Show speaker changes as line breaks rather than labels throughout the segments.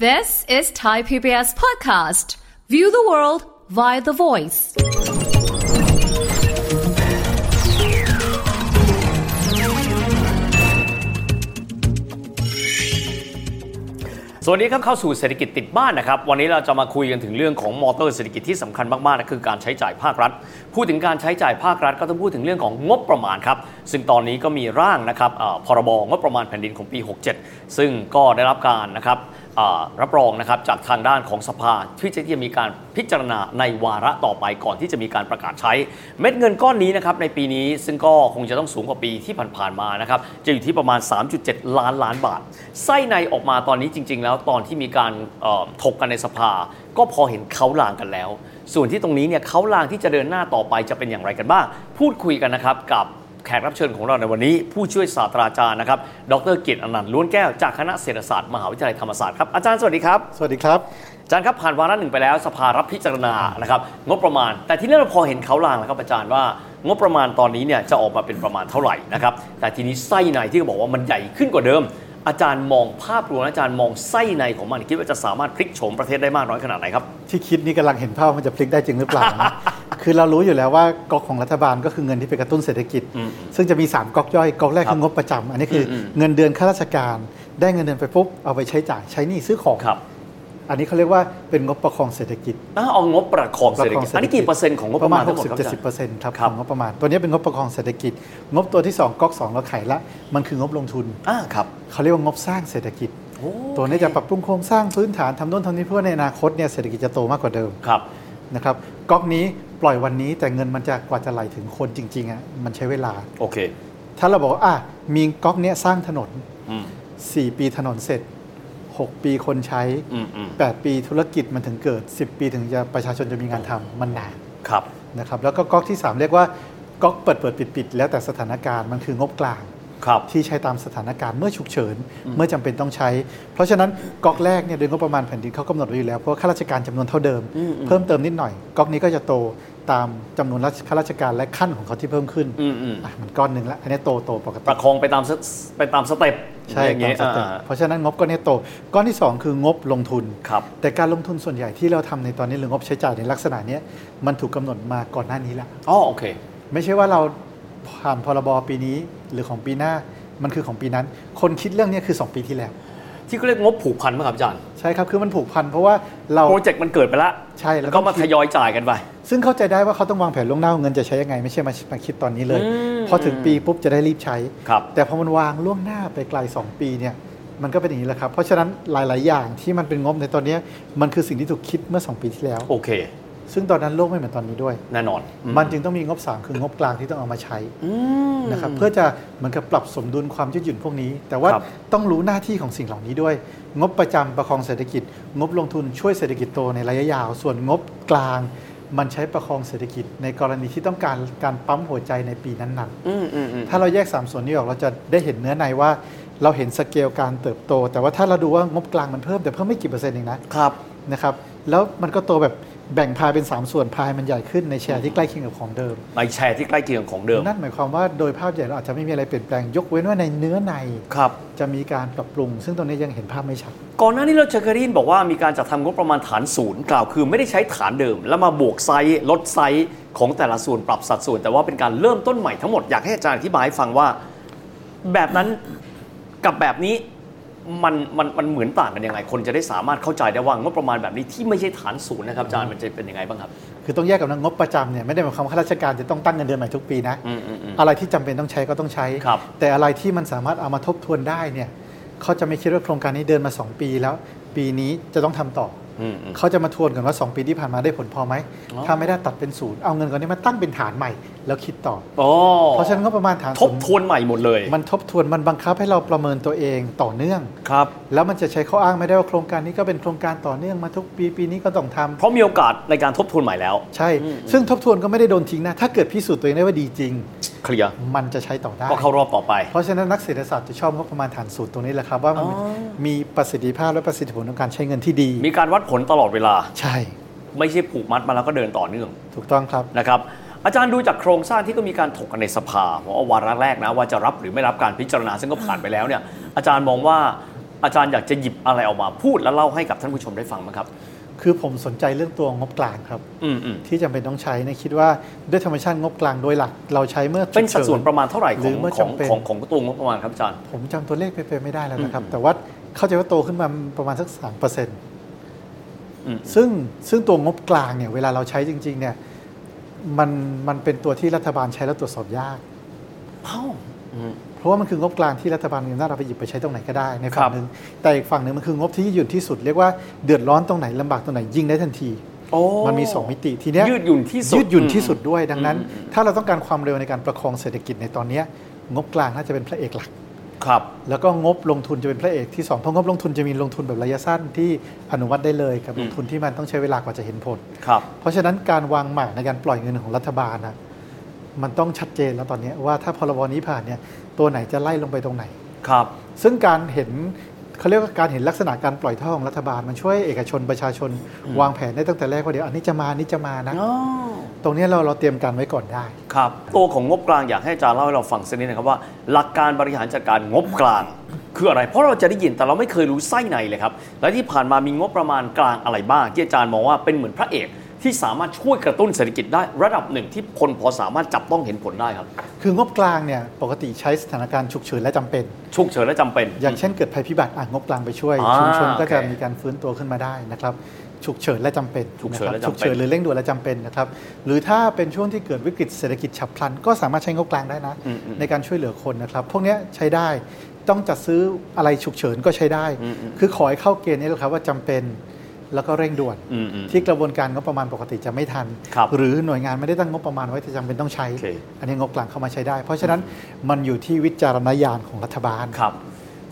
This is Thai PBS Podcast. View the world via the voice.
สวัสดีครับเข้าสู่เศรษฐกิจติดบ้านนะครับ วันนี้เราจะมาคุยกันถึงเรื่องของมอเตอร์เศรษฐกิจที่สำคัญมากๆนะคือการใช้จ่ายภาครัฐ พูดถึงการใช้จ่ายภาครัฐก็ต้องพูดถึงเรื่องของงบประมาณครับ ซึ่งตอนนี้ก็มีร่างนะครับเอ่อพรบงบประมาณแผ่นดินของปี 67 ซึ่งก็ได้รับการนะครับเอ่อรับรองนะครับจากทางด้านของสภาที่จะมีการพิจารณาในวาระต่อไปก่อนที่จะมีการประกาศใช้ เม็ดเงินก้อนนี้นะครับในปีนี้ซึ่งก็คงจะต้องสูงกว่าปีที่ผ่านๆมานะครับจะอยู่ที่ประมาณ 3.7 ล้านล้านบาท ไส้ในออกมาตอนนี้จริง ๆ แล้วตอนที่มีการเอ่อถกกันในสภา ก็พอเห็นเขาลางกันแล้ว ส่วนที่ตรงนี้เนี่ยเขาลางที่จะเดินหน้าต่อไปจะเป็นอย่างไรกันบ้าง พูดคุยกันนะครับกับแขกรับเชิญของเราในวันนี้ ผู้ช่วยศาสตราจารย์นะครับดรเกียรติอนันต์ล้วนแก้วจากคณะเศรษฐศาสตร์มหาวิทยาลัยธรรมศาสตร์ครับอาจารย์สวัสดีครับ
สวัสดีครับ
อาจารย์ครับผ่านวาระหนึ่งไปแล้วสภารับพิจารณานะครับงบประมาณ แต่ที่นี่เราพอเห็นเขาลางแล้วครับอาจารย์ว่างบประมาณตอนนี้เนี่ยจะออกมาเป็นประมาณเท่าไหร่นะครับแต่ทีนี้ไส้ในที่เขาบอกว่ามันใหญ่ขึ้นกว่าเดิม อาจารย์มองภาพรวมและอาจารย์มองไส้ในของมันคิดว่าจะสามารถพลิกโฉมประเทศได้มากน้อยขนาดไหนครับ
ที่คิดนี่กำลังเห็นภาพว่ามันจะพลิกได้จริงหรือเปล่า นะ คือเรารู้อยู่แล้วว่าก๊อกของรัฐบาลก็คือเงินที่ไปกระตุ้นเศรษฐกิจ ซึ่งจะมี 3ก๊อกย่อยก๊อกแรก
ครับ
คืองบประจำอันนี้คืออ
ม
เงินเดือนข้าราชการ ได้เงินเดือนไปปุ๊บเอาไปใช้จ่ายใช้หนี้ซื้อของ
ครับ
อันนี้เขาเรียกว่าเป็นงบประคองเศรษฐกิจ
อ่าเอางบประคอง
ป
เศรษฐ
ระค
กิจอันนี้กี่เปอร์เซ็นต์ของงบประมาณทั้งหมดครับอาจารย์
60-70%ครับ
ครั
ข
บ
องงบประมาณ ตัวนี้เป็นงบประคองเศรษฐกิจ งบตัวที่สองก๊อกสองเราไขละมันคืองบลงทุน
อ่าครับ
เขาเรียกว่างบสร้างเศรษฐกิจ
โอ้
ตัวนี้จะปรับปรุงโครงสร้างพื้นฐานทำโน่นทำนี่เพื่อในอนาคตเนี่ยเศรษฐกิจจะโตมากกว่าเดิม
ครับ
นะครับก๊อกนี้ปล่อยวันนี้แต่เงินมันจะกว่าจะไหลถึงคนจริงๆอ่ะมันใช้เวลา
โอเค
ถ้าเราบอกว่าอ่ะมีก๊อกเนี้ยสร้างถนน
อืม
4 ปีถนนเสร็จ 6 ปีคนใช้
อืมอืม
8 ปีธุรกิจมันถึงเกิด 10 ปีถึงจะประชาชนจะมีงานทำมันนาน
ครับ
นะครับแล้วก็ก๊อกที่ 3 เรียกว่าก๊อกเปิดเปิดปิดปิดแล้วแต่สถานการณ์มันคืองบกลาง
ครับ
ที่ใช้ตามสถานการณ์เมื่อฉุกเฉิน เมื่อจำเป็นต้องใช้ เพราะฉะนั้นก๊อกแรกเนี่ยโดยงบประมาณแผ่นดินเขากำหนดไว้อยู่แล้วเพราะว่าข้าราชการจำนวนเท่าเดิม
อืมอืม
เพิ่มเติมนิดหน่อยก๊อกนี้ก็จะโตตามจำนวนราชข้าราชการและขั้นของเขาที่เพิ่มขึ้น
อืมอืม
อ่ะมันก้อนหนึ่งละอันนี้โตโตปก
ป
ติ
ระคองไปตามสเตไปตามสเต็ป
ใช่
อย่าง
ตา
เงี้
ม
ย
สเต็ป
อ่า
เพราะฉะนั้นงบก้อนนี้โตก้อนที่สองคืองบลงทุน
ครับ
แต่การลงทุนส่วนใหญ่ที่เราทำในตอนนี้หรืองบใช้จ่ายในลักษณะเนี้ยมันถูกกำหนดมาก่อนหน้านี้ละ
อ๋อโอเค
ไม่ใช่ว่าเราผ่านพรบปีนี้หรือของปีหน้ามันคือของปีนั้น คนคิดเรื่องเนี้ยคือสองปีที่แล้ว
ที่เขาเรียกงบผูกพันไหมครับอาจารย์
ใช่ครับ คือมันผูกพันเพราะว่าเรา
โปรเจกต์มันเกิดไปแล้ว
ใช่แล้ว
แล้วก็มา
ต้องคิ
ท
ด
ยอยจ่ายกันไป
ซึ่งเข้าใจได้ว่าเขาต้องวางแผนล่วงหน้าว่าเงินจะใช้ยังไงไม่ใช่มามาคิดตอนนี้เลย
อืม
พอถึงปีปุ๊บจะได้รีบใช้
ครับ
แต่พอมันวางล่วงหน้าไปไกล 2 ปีเนี่ยมันก็เป็นอย่างนี้แหละครับ เพราะฉะนั้นหลาย ๆ อย่างที่มันเป็นงบในตอนเนี้ยมันคือสิ่งที่ถูกคิดเมื่อ 2 ปีที่แล้ว
โอเค
ซึ่งตอนนั้นโลกไม่เหมือนตอนนี้ด้วย
แน่นอน
มันจึงต้องมีงบ 3 คืองบกลางที่ต้องเอามาใช้
อืม
นะครับเพื่อจะเหมือนกับปรับสมดุลความยืดหยุ่นพวกนี้ แต่ว่า
ครับ
ต้องรู้หน้าที่ของสิ่งเหล่านี้ด้วย งบประจำประคองเศรษฐกิจ งบลงทุนช่วยเศรษฐกิจโตในระยะยาว ส่วนงบกลาง มันใช้ประคองเศรษฐกิจ ในกรณีที่ต้องการการปั๊มหัวใจในปีนั้น
อืมอืมอืม
ๆ ถ้าเราแยก 3 ส่วนนี้ออกเราจะได้เห็นเนื้อในว่า เราเห็นสเกลการเติบโต แต่ว่าถ้าเราดูว่างบกลางมันเพิ่มแต่เพิ่มไม่กี่เปอร์เซ็นต์เองนะครับ นะครับแล้วมันก็โตแบบแบ่งพายเป็น 3 ส่วนพายมันใหญ่ขึ้นในแชร์ที่ใกล้เคียงกับของเดิม
ในแชร์ที่ใกล้เคียงของเดิม
นั่นหมายความว่าโดยภาพใหญ่เราอาจจะไม่มีอะไรเปลี่ยนแปลงยกเว้นว่าในเนื้อใน
ครับ
จะมีการปรับปรุง ซึ่งตรงนี้ยังเห็นภาพไม่ชัด
ก่อนหน้านี้เราจะเคยได้ยินบอกว่ามีการจัดทำงบประมาณฐานศูนย์กล่าวคือไม่ได้ใช้ฐานเดิม แล้วมาบวกไซส์ลดไซส์ของแต่ละส่วนปรับสัดส่วน แต่ว่าเป็นการเริ่มต้นใหม่ทั้งหมดอยากให้อาจารย์อธิบายให้ฟังว่า แบบนั้นกับแบบนี้มันมันมันเหมือนต่างกันยังไงคนจะได้สามารถเข้าใจได้ว่างบประมาณแบบนี้ที่ไม่ใช่ฐานศูนย์นะครับอาจารย์มันจะเป็นยังไงบ้างครับ
คือต้องแยกกับงบประจำเนี่ยไม่ได้หมายความว่าข้าราชการจะต้องตั้งเงินเดือนใหม่ทุกปีนะ
อืมอืมอืม
อะไรที่จำเป็นต้องใช้ก็ต้องใช้
ครับ
แต่อะไรที่มันสามารถเอามาทบทวนได้เนี่ยเขาจะไม่คิดว่าโครงการนี้เดินมา 2 ปีแล้ว ปีนี้จะต้องทำต่ออ
มอืม
เขาจะมาทวนกันว่า 2 ปีที่ผ่านมาได้ผลพอไหม
อ๋อ
ถ้าไม่ได้ตัดเป็นศูนย์เอาเงินก่อนนี้มาตั้งเป็นฐานใหม่ แล้วคิดต่อ
อ๋อ
เพราะฉะนั้นงบประมาณฐาน
ทบทวนใหม่หมดเลย
มันทบทวนมันบังคับให้เราประเมินตัวเองต่อเนื่อง
ครับ
แล้วมันจะใช้ข้ออ้างไม่ได้ว่าโครงการนี้ก็เป็นโครงการต่อเนื่องมาทุกปีปีนี้ก็ต้องทำ
เพราะมีโอกาสในการทบทวนใหม่แล้ว
ใช่ ซึ่งทบทวนก็ไม่ได้โดนทิ้งนะ ถ้าเกิดพิสูจน์ตัวเองได้ว่าดีจริง
เคลียร์
มันจะใช้ต่อได้
ก็เข้ารอบต่อไป
เพราะฉะนั้นนักเศรษฐศาสตร์จะชอบงบประมาณฐานสูตรตรงนี้แหละครับ ว่ามัน
อ๋อ
มีประสิทธิภาพและประสิทธิผลของการใช้เงินที่ดี
มีการวัดผลตลอดเวลา
ใช่
ไม่ใช่ผูกมัดมาแล้วก็เดินต่อเนื่อง
ถูกต้องครับ
นะครับอาจารย์ดูจากโครงสร้างที่ก็มีการถกกันในสภาว่าวาระแรกนะว่าจะรับหรือไม่รับการพิจารณาซึ่งก็ผ่านไปแล้วเนี่ยอาจารย์มองว่า อาจารย์อยากจะหยิบอะไรออกมาพูดและเล่าให้กับท่านผู้ชมได้ฟังไหมครับ
คือผมสนใจเรื่องตัวงบกลางครับ
อืมอืม
ที่จำเป็นต้องใช้เนยคิดว่าด้วยธรรมชาติงบกลางโดยหลัก เราใช้เมื่อฉุกฉิ
เป็นสัดส่วนประมาณเท่าไหร่ข
หรือ องเมื่อ
ของ
จำเป็น
ของของตัวงบประมาณครับอาจารย์
ผมจำตัวเลขเป๊ะๆไม่ได้แล้วนะครับ
อืม
แต่ว่าเข้าใจว่าโตขึ้นมาประมาณสักสามเปอร์เซ็นต์
อืม
ซึ่งซึ่งตัวงบกลางเนี่ยเวลาเราใช้จริง ๆ เนี่ยมันมันเป็นตัวที่รัฐบาลใช้แล้วตรวจสอบยาก
เอ้าอืม
เพราะว่ามันคืองบกลางที่รัฐบาลมีอำนาจเอาไปหยิบไปใช้ตรงไหนก็ได้ใน
ค
ฝั่
รั
ง
บ
หนึ่งแต่อีกฝั่งหนึ่งมันคืองบที่ยืดหยุ่นที่สุดเรียกว่าเดือดร้อนตรงไหนลำบากตรงไหนยิงได้ทันที
โอ้
มันมี 2 มิติทีเนี้ย
ยืดหยุ่นที่สุด
ยืดหยุ่นที่สุดด้วยดังนั้น
อืม
ถ้าเราต้องการความเร็วในการประคองเศรษฐกิจในตอนเนี้ยงบกลางน่าจะเป็นพระเอกหลัก
ครับ
แล้วก็งบลงทุนจะเป็นพระเอกที่สองเพราะงบลงทุนจะมีลงทุนแบบระยะสั้นที่อนุมัติได้เลยกับ
อืม
ลงทุนที่มันต้องใช้เวลากว่าจะเห็นผล
ครับ
เพราะฉะนั้นการวางหมากในการปล่อยเงินของรัฐบาลนะมันต้องชัดเจนแล้วตอนเนี้ยว่าถ้าพรบนี้ผ่านเนี่ยตัวไหนจะไล่ลงไปตรงไหน
ครับ
ซึ่งการเห็นเขาเรียกว่าการเห็นลักษณะการปล่อยท่อของรัฐบาล มันช่วยเอกชนประชาชน วางแผนได้ตั้งแต่แรกว่าเดี๋ยวอันนี้จะมาอันนี้จะมานะ ตรงเนี้ยเราเราเตรียมการไว้ก่อนได้
ครับ ตัวของงบกลางอยากให้อาจารย์เล่าให้เราฟังสักนิดนะครับว่า หลักการบริหารจัดการงบกลาง คืออะไร เพราะเราจะได้ยินแต่เราไม่เคยรู้ไส้ในเลยครับ และที่ผ่านมามีงบประมาณกลางอะไรบ้าง ที่อาจารย์มองว่าเป็นเหมือนพระเอก ที่สามารถช่วยกระตุ้นเศรษฐกิจได้ระดับหนึ่งที่คนพอสามารถจับต้องเห็นผลได้ครับ
คืองบกลางเนี่ยปกติใช้สถานการณ์ฉุกเฉินและจำเป็น
ฉุกเฉินและจำเป็น
อย่างเช่นเกิดภัยพิบัติอ่ะงบกลางไปช่วย
อ่า
ชุมชนก็จะ
โอเค
มีการฟื้นตัวขึ้นมาได้นะครับฉุกเฉินและจำเป็น
ฉุกเฉินและ
ค
จำเป็น
รับฉุกเฉินหรือเร่งด่วนและจำเป็นนะครับหรือถ้าเป็นช่วงที่เกิดวิกฤตเศรษฐกิจฉับพลัน ก็สามารถใช้งบกลางได้นะ
อืมอืม
ในการช่วยเหลือคนนะครับ พวกเนี้ยใช้ได้ต้องจัดซื้ออะไรฉุกเฉินก็ใช้ได้
อืมอืม
คือขอให้เข้าเกณฑ์นี้แหละครับว่าจำเป็นแล้วก็เร่งด่วน
อืมอืม
ที่กระบวนการงบประมาณปกติจะไม่ทัน
ครับ
หรือหน่วยงานไม่ได้ตั้งงบประมาณไว้แต่จำเป็นต้องใช้
โอเค
อันนี้งบกลางเข้ามาใช้ได้ เพราะฉะนั้นมันอยู่ที่วิจารณญาณของรัฐบาล
ครับ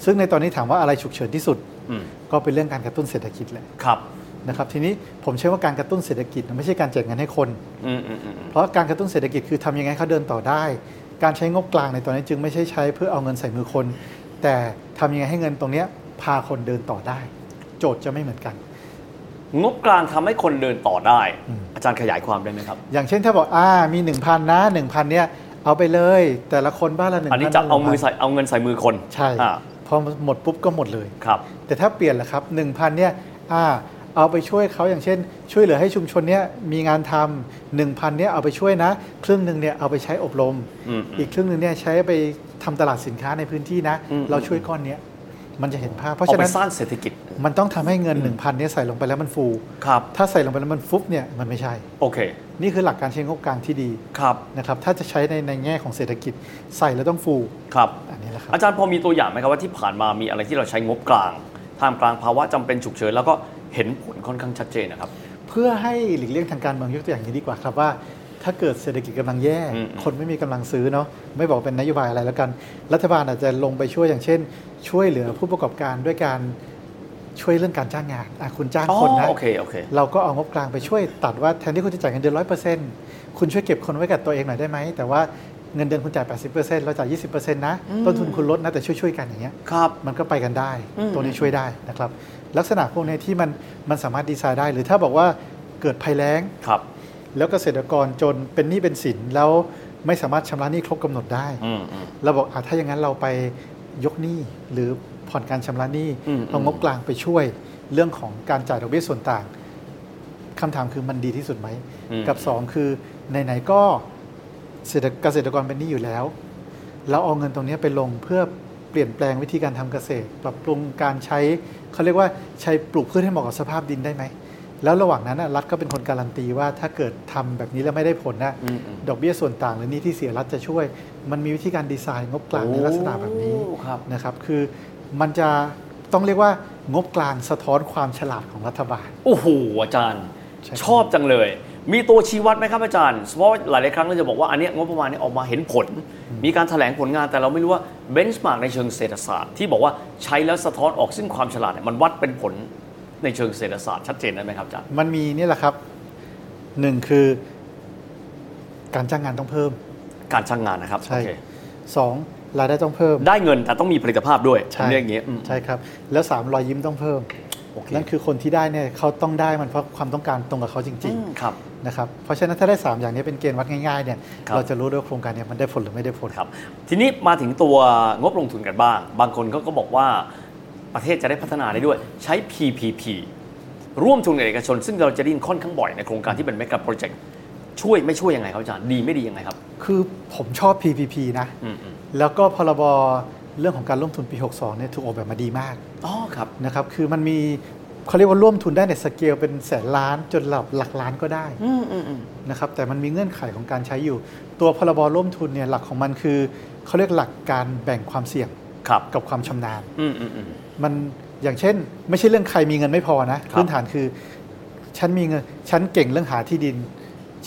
ซึ่งในตอนนี้ถามว่าอะไรฉุกเฉินที่สุด
อืม
ก็เป็นเรื่องการกระตุ้นเศรษฐกิจแหละ
ครับ
นะครับทีนี้ผมเชื่อว่าการกระตุ้นเศรษฐกิจมันไม่ใช่การแจกเงินให้คน
อืมอืมอืม
เพราะการกระตุ้นเศรษฐกิจคือทำยังไงให้เขาเดินต่อได้ การใช้งบกลางในตอนนี้จึงไม่ใช่ใช้เพื่อเอาเงินใส่มือคน แต่ทำยังไงให้เงินตรงเนี้ยพาคนเดินต่อได้ โจทย์จะไม่เหมือนกัน
งบกลางทำให้คนเดินต่อได้
อืม
อาจารย์ขยายความได้ไหมครับ
อย่างเช่นถ้าบอกอ่ามี 1,000 นะ 1,000เนี่ยเอาไปเลย แต่ละคนบ้านละหนึ่ง
อันนี้จะเอามือใส่เอาเงินใส่มือคน
ใช่
อ่า
พอหมดปุ๊บก็หมดเลย
ครับ
แต่ถ้าเปลี่ยนล่ะครับ1,000เนี่ยอ่าเอาไปช่วยเขาอย่างเช่น ช่วยเหลือให้ชุมชนเนี่ยมีงานทำ1,000เนี่ยเอาไปช่วยนะ ครึ่งหนึ่งเนี่ยเอาไปใช้อบรม
อืม
อีกครึ่งหนึ่งเนี่ยใช้ไปทำตลาดสินค้าในพื้นที่นะ
อืม
เราช่วยก้อนเนี้ยมันจะเห็นภาพ เพ
เอา
ราะฉะ
ไป
นั้น
สร้างเศรษฐกิจ
มันต้องทำให้เงิน 1,000เนี่ยใส่ลงไปแล้วมันฟู
ครับ
ถ้าใส่ลงไปแล้วมันฟุบเนี่ยมันไม่ใช่
โอเค
นี่คือหลักการใช้งบกลางที่ดี
ครับ
นะครับถ้าจะใช้ในในแง่ของเศรษฐกิจใส่แล้วต้องฟู
ครับ
อันนี้แหละครับ
อาจารย์พอมีตัวอย่างไหมครับว่าที่ผ่านมามีอะไรที่เราใช้งบกลางท่ามกลางภาวะจำเป็นฉุกเฉินแล้วก็เห็นผลค่อนข้างชัดเจนนะครับ
เพื่อให้หลีกเลี่ยงทางการเมืองยกตัวอย่างนี้ดีกว่าครับว่า ถ้าเกิดเศรษฐกิจกำลังแย่
อืม
คนไม่มีกำลังซื้อเนาะไม่บอกเป็นนโยบายอะไรแล้วกัน รัฐบาลอาจจะลงไปช่วยอย่างเช่น ช่วยเหลือผู้ประกอบการด้วยการช่วยเรื่องการจ้างงานอ่ะคุณจ้างคน
อ๋
นะ
อโอเคโอเค
เราก็เอางบกลางไปช่วยตัดว่าแทนที่คุณจะจ่ายเงินเดือนร้อยเปอร์เซ็นต์คุณช่วยเก็บคนไว้กับตัวเองหน่อยได้ไหมแต่ว่าเงินเดือนคุณจ่าย 80%เราจ่าย 20%นะต้นทุนคุณลดนะแต่ช่วยๆกันอย่างเงี้ย
ครับ
มันก็ไปกันได้
อืม
ตรงนี้ช่วยได้นะครับ ลักษณะพวกนี้ที่มันมันสามารถดีไซน์ได้ หรือถ้าบอกว่าเกิดภัยแล้ง
ครับ
แล้วเกษตรกรจนเป็นหนี้เป็นสินแล้วไม่สามารถชำระหนี้ครบกำหนดได้
อืมอืม
เราบอกอ่ะถ้าอย่างนั้นเราไปยกหนี้หรือผ่อนการชำระหนี้
อืม
เอางบกลางไปช่วยเรื่องของการจ่ายดอกเบี้ยส่วนต่างคำถามคือมันดีที่สุดไหม
อืม
กับ 2 คือไหนๆก็เศรษฐเกษตรกรเป็นหนี้อยู่แล้ว เราเอาเงินตรงเนี้ยไปลงเพื่อเปลี่ยนแปลงวิธีการทำเกษตร ปรับปรุงการใช้เขาเรียกว่าใช้ปลูกพืชให้เหมาะกับสภาพดินได้ไหม แล้วระหว่างนั้นน่ะรัฐก็เป็นคนการันตีว่าถ้าเกิดทำแบบนี้แล้วไม่ได้ผลนะ
อืมอืม
ดอกเบี้ยส่วนต่างหรือหนี้ที่เสียรัฐจะช่วย มันมีวิธีการดีไซน์งบกลางในลักษณะแบบนี้
โอ้ครับ
นะครับคือมันจะต้องเรียกว่างบกลางสะท้อนความฉลาดของรัฐบาล
โอ้โหอาจารย์
ใช่
ชอบจังเลย มีตัวชี้วัดไหมครับอาจารย์เพราะหลายๆครั้งเราจะบอกว่าอันเนี้ยงบประมาณเนี้ออกมาเห็นผล มีการแถลงผลงานแต่เราไม่รู้ว่าเบนช์มาร์กในเชิงเศรษฐศาสตร์ ที่บอกว่าใช้แล้วสะท้อนออกซึ่งความฉลาดเนี่ยมันวัดเป็นผลในเชิงเศรษฐศาสตร์ชัดเจนได้ไหมครับอาจารย์
มันมีนี่แหละครับหนึ่งคือการจ้างงานต้องเพิ่ม
การช่างงานนะครับ
ใช่
โอเค
สองรายได้ต้องเพิ่ม
ได้เงินแต่ต้องมีผลิตภาพด้วยผมเรียกอย่างนี้อืม
ใช่ครับ แล้วสามรอยยิ้มต้องเพิ่ม
โอเค
นั่นคือคนที่ได้เนี่ยเขาต้องได้มันเพราะความต้องการตรงกับเขาจริง ๆ
ครับ
นะครับเพราะฉะนั้นถ้าได้ 3 อย่างนี้เป็นเกณฑ์วัดง่ายๆเนี่ย
ครับ
เราจะรู้ด้วยว่าโครงการเนี่ยมันได้ผลหรือไม่ได้ผล
ครับ ทีนี้มาถึงตัวงบลงทุนกันบ้าง บางคนเขาก็บอกว่า ประเทศจะได้พัฒนาได้ด้วย ใช้ PPP ร่วมทุนกับเอกชน ซึ่งเราจะได้ยินค่อนข้างบ่อยในโครงการที่เป็น mega project ช่วยไม่ช่วยยังไงครับอาจารย์ดีไม่ดียังไงครับ
คือผมชอบ PPP นะ
อืมอืม
แล้วก็พรบเรื่องของการร่วมทุนปี 62เนี่ยถูกออกแบบมาดีมาก
อ๋อครับ
นะครับ คือมันมีเขาเรียกว่าร่วมทุนได้ในสเกลเป็นแสนล้านจนหลับหลักล้านก็ได้
อืมอืมอืม
นะครับ แต่มันมีเงื่อนไขของการใช้อยู่ ตัวพรบร่วมทุนเนี่ยหลักของมันคือเขาเรียกหลักการแบ่งความเสี่ยง
ครับ
กับความชำนาญ
อืมอืมอืม
มันอย่างเช่น ไม่ใช่เรื่องใครมีเงินไม่พอนะครับ พื้นฐานคือฉันมีเงินฉันเก่งเรื่องหาที่ดิน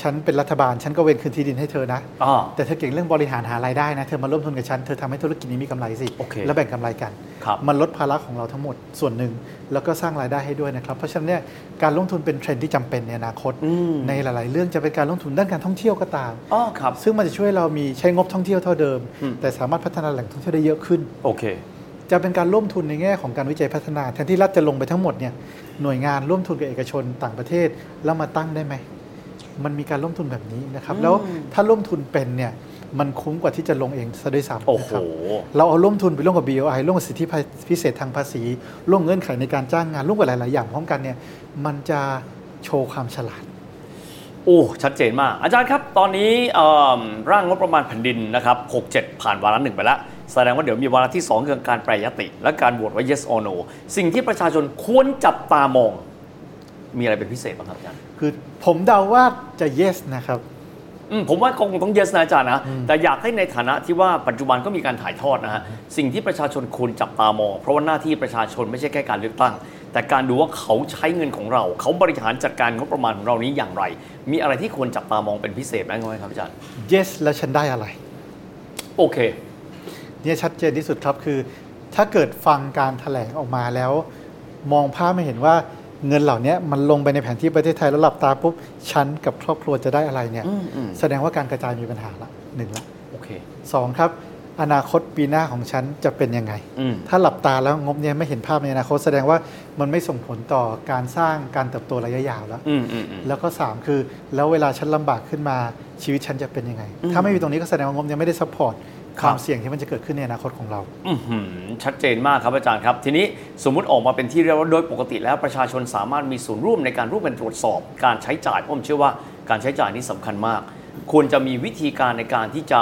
ฉันเป็นรัฐบาล ฉันก็เวนคืนที่ดินให้เธอนะ
อ๋อ
แต่เธอเก่งเรื่องบริหารหารายได้นะ เธอมาร่วมทุนกับฉัน เธอทำให้ธุรกิจนี้มีกำไรสิ
โอเค
แล้วแบ่งกำไรกัน
ครับ
มันลดภาระของเราทั้งหมดส่วนหนึ่ง แล้วก็สร้างรายได้ให้ด้วยนะครับ เพราะฉะนั้นเนี่ยการลงทุนเป็นเทรนด์ที่จำเป็นในอนาคต
อืม
ในหลาย ๆ เรื่องจะเป็นการลงทุนด้านการท่องเที่ยวก็ตาม
อ๋อครับ
ซึ่งมันจะช่วยเรามีใช้งบท่องเที่ยวเท่าเดิม
อืม
แต่สามารถพัฒนาแหล่งท่องเที่ยวได้เยอะขึ้น
โอเค
จะเป็นการร่วมทุนในแง่ของการวิจัยพัฒนาแทนที่รัฐจะลงไปทั้งหมดเนี่ยหน่วยงานร่วมทุนกับเอกชนต่างประเทศแล้วมาตั้งได้ไหม มันมีการร่วมทุนแบบนี้นะครับ
อืม
แล้วถ้าร่วมทุนเป็นเนี่ยมันคุ้มกว่าที่จะลงเองซะด้วยซ้ำ
โอ้
นะ
โห
ครับเราเอาร่วมทุนไปร่วมกับ BOI ร่วมกับสิทธิพิเศษทางภาษี ร่วมเงื่อนไขในการจ้างงานร่วมกับหลาย ๆ อย่างพร้อมกันเนี่ยมันจะโชว์ความฉลาด
โอ้ ชัดเจนมาก อาจารย์ครับ ตอนนี้เอิ่มร่างงบประมาณแผ่นดินนะครับ67 ผ่านวาระหนึ่งไปแล้ว แสดงว่าเดี๋ยวมีวาระที่ 2 เรื่องการแปรยติ และการโหวตว่า yes or no สิ่งที่ประชาชนควรจับตามอง มีอะไรเป็นพิเศษบ้างครับอาจารย์
คือผมเดาว่าจะ yes นะครับ
อืมผมว่าคงต้อง yes นะอาจารย์นะ แต่อยากให้ในฐานะที่ว่าปัจจุบันก็มีการถ่ายทอดนะฮะ สิ่งที่ประชาชนควรจับตามอง เพราะว่าหน้าที่ประชาชนไม่ใช่แค่การเลือกตั้ง แต่การดูว่าเขาใช้เงินของเรา เขาบริหารจัดการงบประมาณของเรานี้อย่างไร มีอะไรที่ควรจับตามองเป็นพิเศษบ้างไหมครับอาจารย์
yes แล้วฉันได้อะไร
โอเค
เนี่ยชัดเจนที่สุดครับคือ ถ้าเกิดฟังการแถลงออกมาแล้ว มองภาพไม่เห็นว่าเงินเหล่านี้มันลงไปในแผนที่ประเทศไทยแล้วหลับตาปุ๊บฉันกับครอบครัวจะได้อะไรเนี่ย
อืมอืม
แสดงว่าการกระจายมีปัญหาละหนึ่งละ
โอเค
สองครับ อนาคตปีหน้าของฉันจะเป็นยังไง
อืม
ถ้าหลับตาแล้วงบเนี่ยไม่เห็นภาพในอนาคตแสดงว่ามันไม่ส่งผลต่อการสร้างการเติบโตระยะยาวแล้ว
อืมอืมอืม
แล้วก็ 3 คือ แล้วเวลาฉันลำบากขึ้นมาชีวิตฉันจะเป็นยังไง
อืม
ถ้าไม่มีตรงนี้ก็แสดงว่างบยังไม่ได้ซัพพอร์ต
ค
ครับ วามเสี่ยงที่มันจะเกิดขึ้นในอนาคตของเรา
อื้อหือชัดเจนมากครับอาจารย์ครับ ทีนี้สมมุติออกมาเป็นที่เรียบร้อยโดยปกติแล้วประชาชนสามารถมีส่วนร่วมในการร่วมกันตรวจสอบ การใช้จ่ายผมเชื่อว่าการใช้จ่ายนี่สำคัญมาก ควรจะมีวิธีการในการที่จะ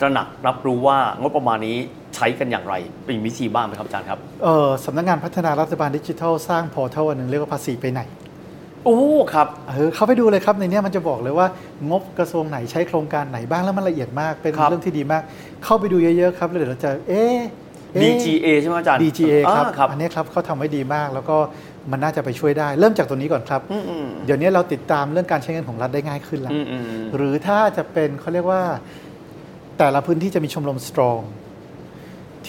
ตระหนักรับรู้ว่างบประมาณนี้ใช้กันอย่างไรมีวิธีบ้างไหมครับอาจารย์ครับ
เออสำนักงานพัฒนารัฐบาลดิจิทัล สร้างพอร์ทัลอันหนึ่งเรียกว่าภาษีไปไหน
โอ้ครับ
เออเข้าไปดูเลยครับในเนี้ยมันจะบอกเลยว่างบกระทรวงไหนใช้โครงการไหนบ้างแล้วมันละเอียดมาก เป็น
ครับ
เรื่องที่ดีมาก เข้าไปดูเยอะๆครับแล้วเดี๋ยวเราจะเอ๊ะเอ๊ะ
DGA ใช่ไหมอาจารย์
DGA ครับ
อ่าครับ
อันเนี้ยครับเขาทำไว้ดีมาก แล้วก็มันน่าจะไปช่วยได้ เริ่มจากตัวนี้ก่อนครับ
อืมอืม
เดี๋ยวนี้เราติดตามเรื่องการใช้เงินของรัฐได้ง่ายขึ้นแล้ว
อืมอืมอืม
หรือถ้าจะเป็นเขาเรียกว่าแต่ละพื้นที่จะมีชมรมสตรอง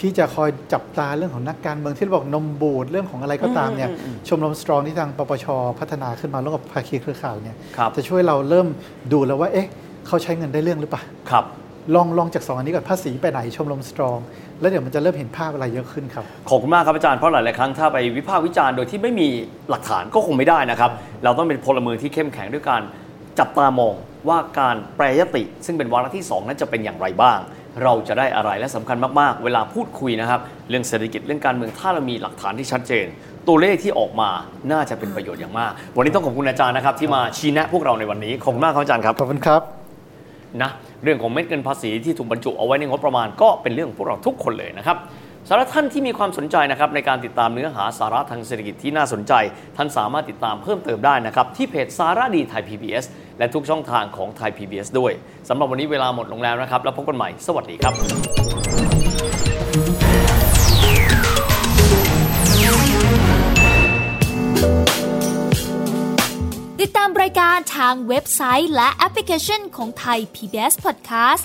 ที่จะคอยจับตาเรื่องของนักการเมืองที่เราบอกนมบูดเรื่องของอะไรก็ตามเนี่ยชมรมสตรองที่ทางปปชพัฒนาขึ้นมาร่วมกับภาคีเครือข่ายเนี่ย
ครับ
จะช่วยเราเริ่มดูแล้วว่า เอ๊ะเขาใช้เงินได้เรื่องหรือเปล่า
ครับ
ลองลองจากสองอันนี้ก่อนภาษีไปไหนชมรมสตรอง แล้วเดี๋ยวมันจะเริ่มเห็นภาพอะไรเยอะขึ้นครับ
ขอบคุณมากครับอาจารย์เพราะหลาย ๆ ครั้งถ้าไปวิพากษ์วิจารณ์โดยที่ไม่มีหลักฐานก็คงไม่ได้นะครับ เราต้องเป็นพลเมืองที่เข้มแข็งด้วยการจับตามองว่าการแปรยติ ซึ่งเป็นวาระที่ 2 นั้นจะเป็นอย่างไรบ้าง เราจะได้อะไรและสำคัญมาก ๆ เวลาพูดคุยนะครับ เรื่องเศรษฐกิจเรื่องการเมืองถ้าเรามีหลักฐานที่ชัดเจน ตัวเลขที่ออกมาน่าจะเป็นประโยชน์อย่างมาก วันนี้ต้องขอบคุณอาจารย์นะครับที่มาชี้แนะพวกเราในวันนี้ขอบคุณมากครับอาจารย์ครับ
ขอบคุณครับ
นะเรื่องของเม็ดเงินภาษีที่ถูกบรรจุเอาไว้ในงบประมาณก็เป็นเรื่องของพวกเราทุกคนเลยนะครับสำหรับท่านที่มีความสนใจนะครับในการติดตามเนื้อหาสาระทางเศรษฐกิจที่น่าสนใจ ท่านสามารถติดตามเพิ่มเติมได้นะครับที่เพจสาระดีไทย PBS และทุกช่องทางของไทย PBS ด้วยสำหรับวันนี้เวลาหมดลงแล้วนะครับ แล้วพบกันใหม่สวัสดีครับ
ติดตามรายการทางเว็บไซต์และแอปพลิเคชันของไทย PBS Podcast